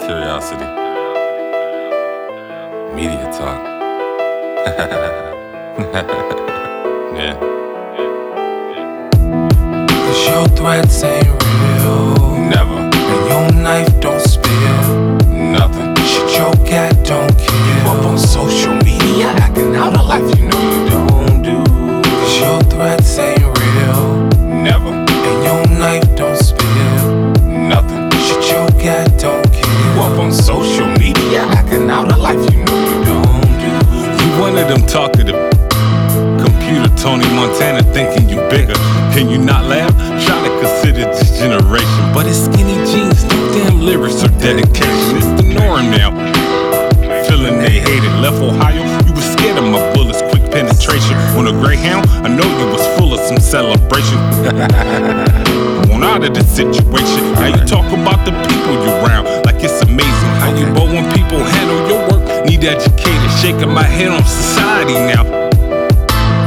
Curiosity. Media talk. yeah. Cause your threats ain't real. Never. And your knife don't spill. Nothing. Shit, your cat don't kill. You up on social media acting out a life you know you don't do. Cause your threats ain't real. Never. And your knife don't spill. Nothing. Shit, your cat don't kill. You Up on social media. media acting out a life you know you don't do. You one of them talkative. Computer Tony Montana thinking you bigger. Can you not laugh? Trying to consider this generation. But it's skinny jeans, no damn lyrics or dedication. It's the norm now. Feeling they hated. Left Ohio, you was scared of my bullets, quick penetration. On a Greyhound, I know you was full of some celebration. Want out of this situation. Now you talk about the people you round, like it's amazing how you bow when people handle your work. Need educated, shaking my head on society now.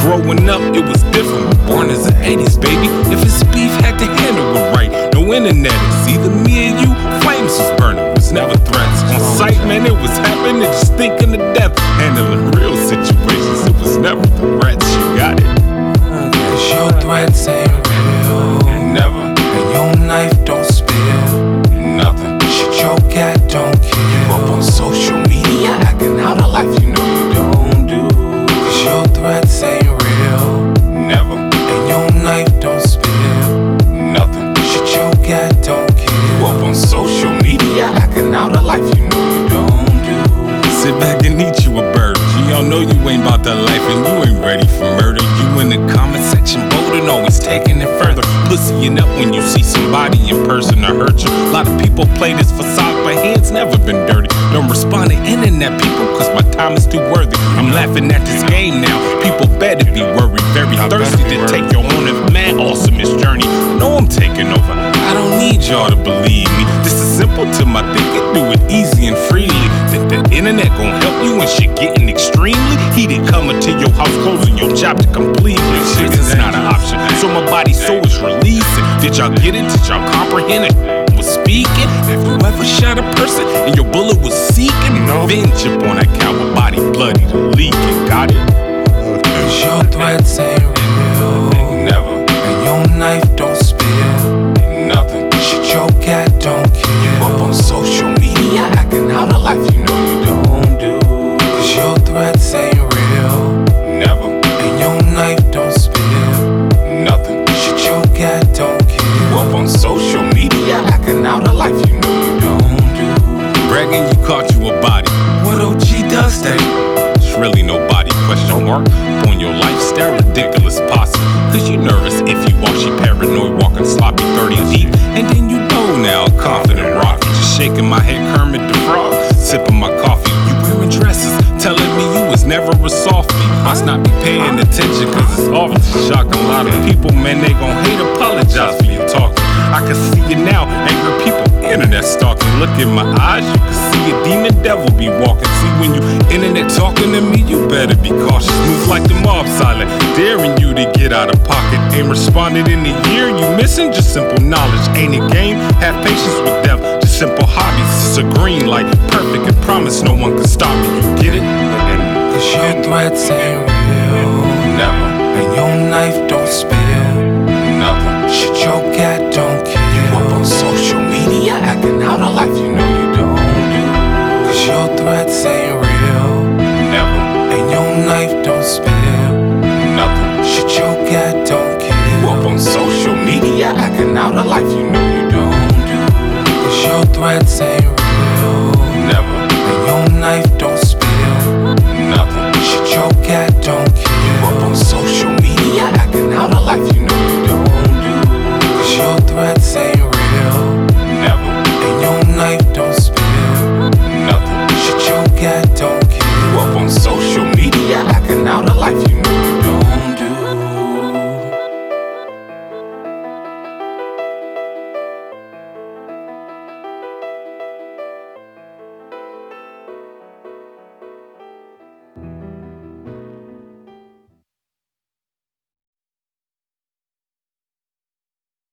Growing up, it was different. Born as an 80s baby, if it's beef, had to handle it right. No internet, it's either me or you. Flames was burning, was never threats. On sight, man, it was happening, just thinking to death. Handling real situations, it was never threats. You got it, Cause your threats ain't real. never, And your knife don't spill. nothing. Shit, your cat don't kill you up on social media, acting out a life you know you don't do. Cause your threats ain't real, Never, and your knife don't spill. nothing. Shit, your cat don't kill you up on Social media. media, acting out a life you know you don't do. Sit back and eat you a bird. You all know you ain't about that life and you ain't ready for murder. You in the comment section, bolding, always taking it further. Pussying up when you see somebody in person to hurt you. A lot of people play this facade, but hands never been dirty. Don't respond to internet people, cause my time is too worthy. I'm laughing at this game now. People better be worried, very thirsty to take your own and mad awesomest journey. I know I'm taking over. I don't need y'all to believe me. This is simple to my thinking, do it easy and freely. Think the internet gon' help you when shit getting extremely heated. Coming to your house, closing your job to completely. Shit is not an option, so my body so is releasing. Did y'all get it? Did y'all comprehend it? Was speaking? If you ever shot a person and your bullet was seeking revenge upon that coward body, bloody to leak it. Got it? Cause your threats ain't real, Never, and your knife don't spill. nothing. Shit, your cat don't kill you up on social media, acting out a life you know you don't do. Cause your threats ain't real, Never, and your knife don't spill. nothing. Shit, your cat don't kill you up Up on social media. media, acting out a life you know you don't do. Bragging you caught you a body. What OG does that? It's really nobody question mark on your lifestyle. Ridiculous posse. Cause you nervous if you walk, she paranoid, walking sloppy 30 deep. And then you know now, confident rock. Just shaking my head, Kermit the Frog. Sipping my coffee. You wearing dresses, telling me you was never a softie. Must not be paying attention, cause it's obvious. Shocking a lot of people, man, they gon' hate apologize for your talking. I can see it now, angry people, internet stalking. Look in my eyes, you can see a demon devil be walking. See when you internet talking to me, you better be cautious. Move like the mob silent, daring you to get out of pocket. Ain't responded in a year, you missing just simple knowledge. Ain't a game, have patience with death. Just simple hobbies, it's a green light, perfect and promise no one can stop me. You get it? Cause your threats ain't real, Never, and your knife don't spill. nothing. Shit, your cat don't kill you up on social media, acting out a life you know you don't do. Cause your threats ain't real, Never, and your knife don't spill. nothing. Shit, your cat don't kill you Up up on on social media, media, acting out a life you know you don't do. Cause your threats ain't real, never, and your knife don't spill.